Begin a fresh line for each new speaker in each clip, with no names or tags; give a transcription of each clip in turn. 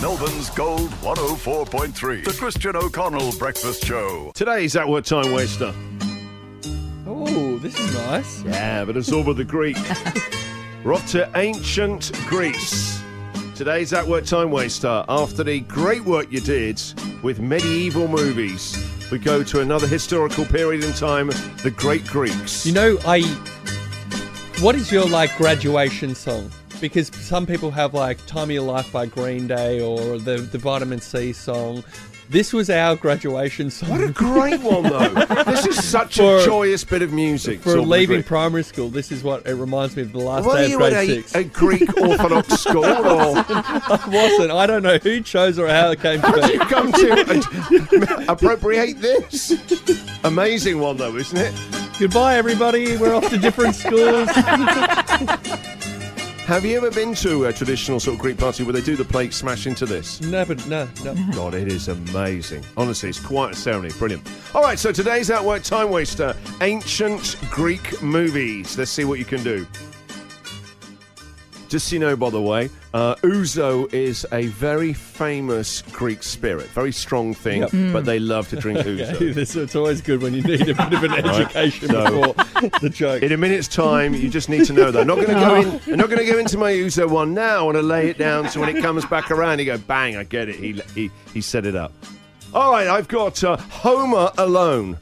Melbourne's Gold 104.3. The Christian O'Connell Breakfast Show.
Today's At What Time Waster.
Oh, this is nice.
Yeah, but it's all with the Greek. We're off to ancient Greece. Today's At Work Time Waster. After the great work you did with medieval movies, we go to another historical period in time, the Great Greeks.
You know, I. What is your like graduation song? Because some people have like "Time of Your Life" by Green Day or the the Vitamin C song. This was our graduation song.
what a great one, though. this is such a
For-
joyous bit of music. It's
for
all with the
leaving
Greek.
primary school, this is what it reminds me of the last
Were
day
you
of grade
at a,
six.
a Greek Orthodox school, or
I wasn't. I don't know who chose or how it came to
you
be.
come to appropriate this? Amazing one, though, isn't it?
Goodbye, everybody. We're off to different schools.
Have you ever been to a traditional sort of Greek party where they do the plate smash into this?
no, but no, no.
God, it is amazing. Honestly, it's quite a ceremony. Brilliant. All right, so today's At Work Time Waster Ancient Greek Movies. Let's see what you can do. Just so you know, by the way, uh, ouzo is a very famous Greek spirit. Very strong thing,
Yep.
but they love to drink ouzo.
Okay, this, it's always good when you need a bit of an education
so-
before the joke.
In a minute's time, you just need to know that. I'm not going to go in. I'm not going to go into my Uzo one now. and I lay it down so when it comes back around, you go bang. I get it. He he he set it up. All right, I've got uh, Homer alone.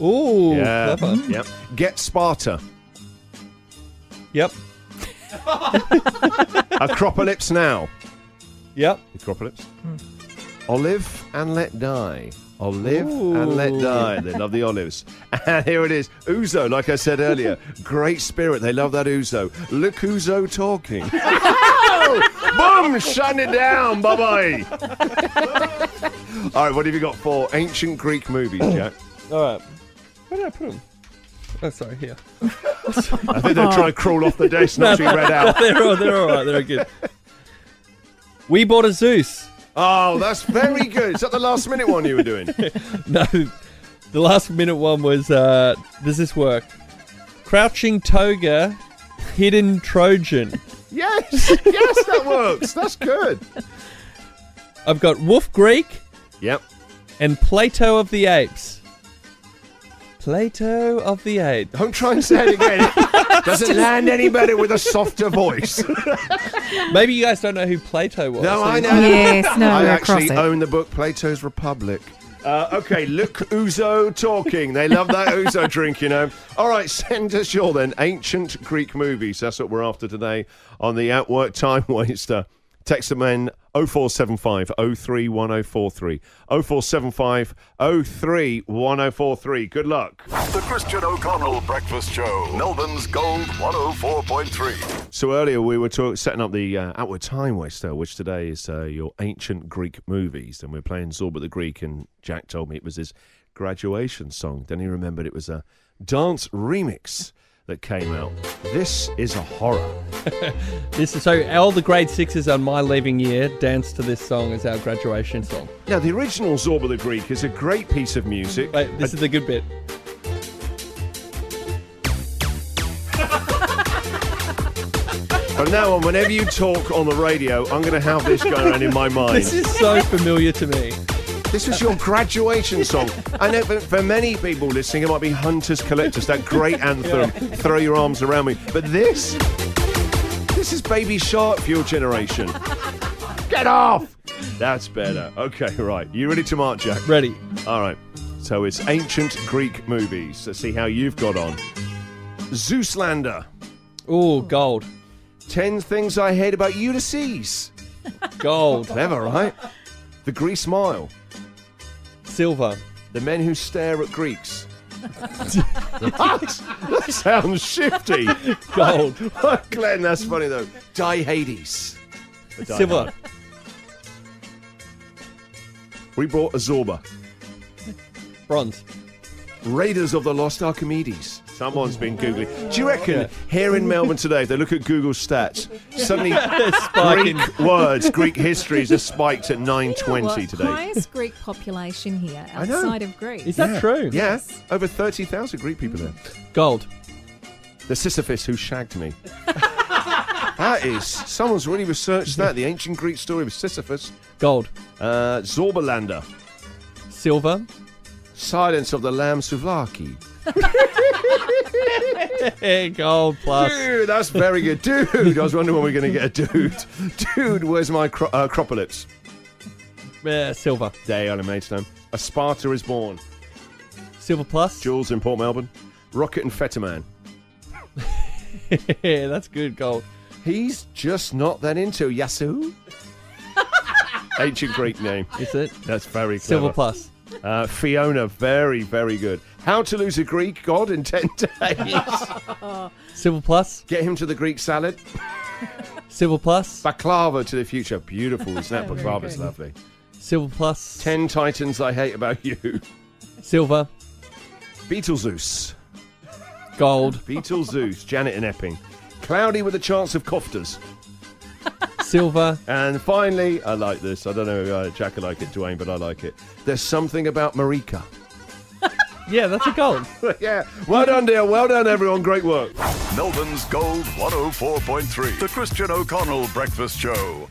Ooh, clever.
Yep. Get Sparta.
Yep,
Acropolis now.
yep.
Acropolis. Olive and let die. Olive and let
Ooh.
die. They love the olives. And here it is. Uzo, like I said earlier. Great spirit. They love that Uzo. Look Uzo talking. Boom! Shut it down. Bye bye. All right, what have you got for ancient Greek movies, Jack?
All right. Where did I put them? Oh, sorry, here.
I think they'll try to crawl off the desk not to be read out.
they're, all, they're all right, they're good. We bought a Zeus.
Oh, that's very good. Is that the last minute one you were doing?
No, the last minute one was uh, does this work? Crouching Toga, Hidden Trojan.
Yes, yes, that works. That's good.
I've got Wolf Greek
Yep.
and Plato of the Apes. Plato of the Apes.
Don't try and say it again. It doesn't land any better with a softer voice.
Maybe you guys don't know who Plato was.
No,
so
I
you-
know.
Yes, no,
I
we're
actually
across it.
own the book Plato's Republic. Uh, okay, look, Uzo talking. They love that Uzo drink, you know. All right, send us your then ancient Greek movies. That's what we're after today on the Outwork Time Waster. Text them in 0475 031043. 0475 031043. Good luck.
The Christian O'Connell Breakfast Show. Melbourne's Gold 104.3.
So earlier we were talk- setting up the uh, Outward Time Waster, which today is uh, your ancient Greek movies, and we're playing Zorba the Greek. And Jack told me it was his graduation song. Then he remembered it was a dance remix that came out. This is a horror.
This is so all the grade sixes on my leaving year danced to this song as our graduation song.
Now the original Zorba the Greek is a great piece of music.
Wait, this is the good bit.
From now on, whenever you talk on the radio, I'm going to have this going on in my mind.
This is so familiar to me.
This was your graduation song. I know for, for many people listening, it might be Hunters Collectors, that great anthem, Throw Your Arms Around Me. But this, this is Baby Shark for your generation. Get off! That's better. Okay, right. You ready to march, Jack?
Ready?
All right. So it's ancient Greek movies. Let's see how you've got on. Zeuslander.
Ooh, gold,
Ten things I hate about Ulysses.
gold,
Clever, right? The Grease Mile.
silver,
The men who stare at Greeks. what? That sounds shifty.
gold,
Glenn, that's funny though. Die Hades. A die
silver,
hard. We brought Azorba.
bronze.
Raiders of the Lost Archimedes. Someone's been Googling. Do you reckon here in Melbourne today, if they look at Google stats, suddenly
Spike in-
Greek words, Greek history is just spiked at 920 today?
Highest Greek population here
I know.
outside of Greece.
Is that true?
Yeah, over 30,000 Greek people there.
Gold,
The Sisyphus who shagged me. That is, someone's really researched that. The ancient Greek story of Sisyphus.
Gold,
Uh, Zorbalander.
silver,
Silence of the Lamb Souvlaki.
eh, gold plus.
Dude, that's Uh, very good. Dude, I was wondering when we were going to get a dude. Dude, where's my cro- uh, Acropolis?
Eh, silver,
Day on a Maidstone. A Sparta is born.
silver plus.
Jules in Port Melbourne. Rocket and Feta Man.
That's good gold.
He's just not that into Yahoo. Ancient Greek name.
Is it
That's very clever.
silver plus?
Uh, Fiona, very, very good. How to lose a Greek god in 10 days.
Silver plus,
Get him to the Greek salad.
silver plus,
Baklava to the future. Beautiful, isn't that? Baklava's
good.
lovely.
silver plus,
10 Titans I Hate About You.
silver,
Beetlezeus.
gold,
Beetlezeus, Janet and Epping. Cloudy with a chance of cofters.
silver,
And finally, I like this. I don't know if uh, Jack will like it, Dwayne, but I like it. There's something about Marika.
yeah, that's a gold.
yeah. Well done, dear. Well done, everyone. Great work.
oh Melbourne's Gold 104.3. The Christian O'Connell Breakfast Show.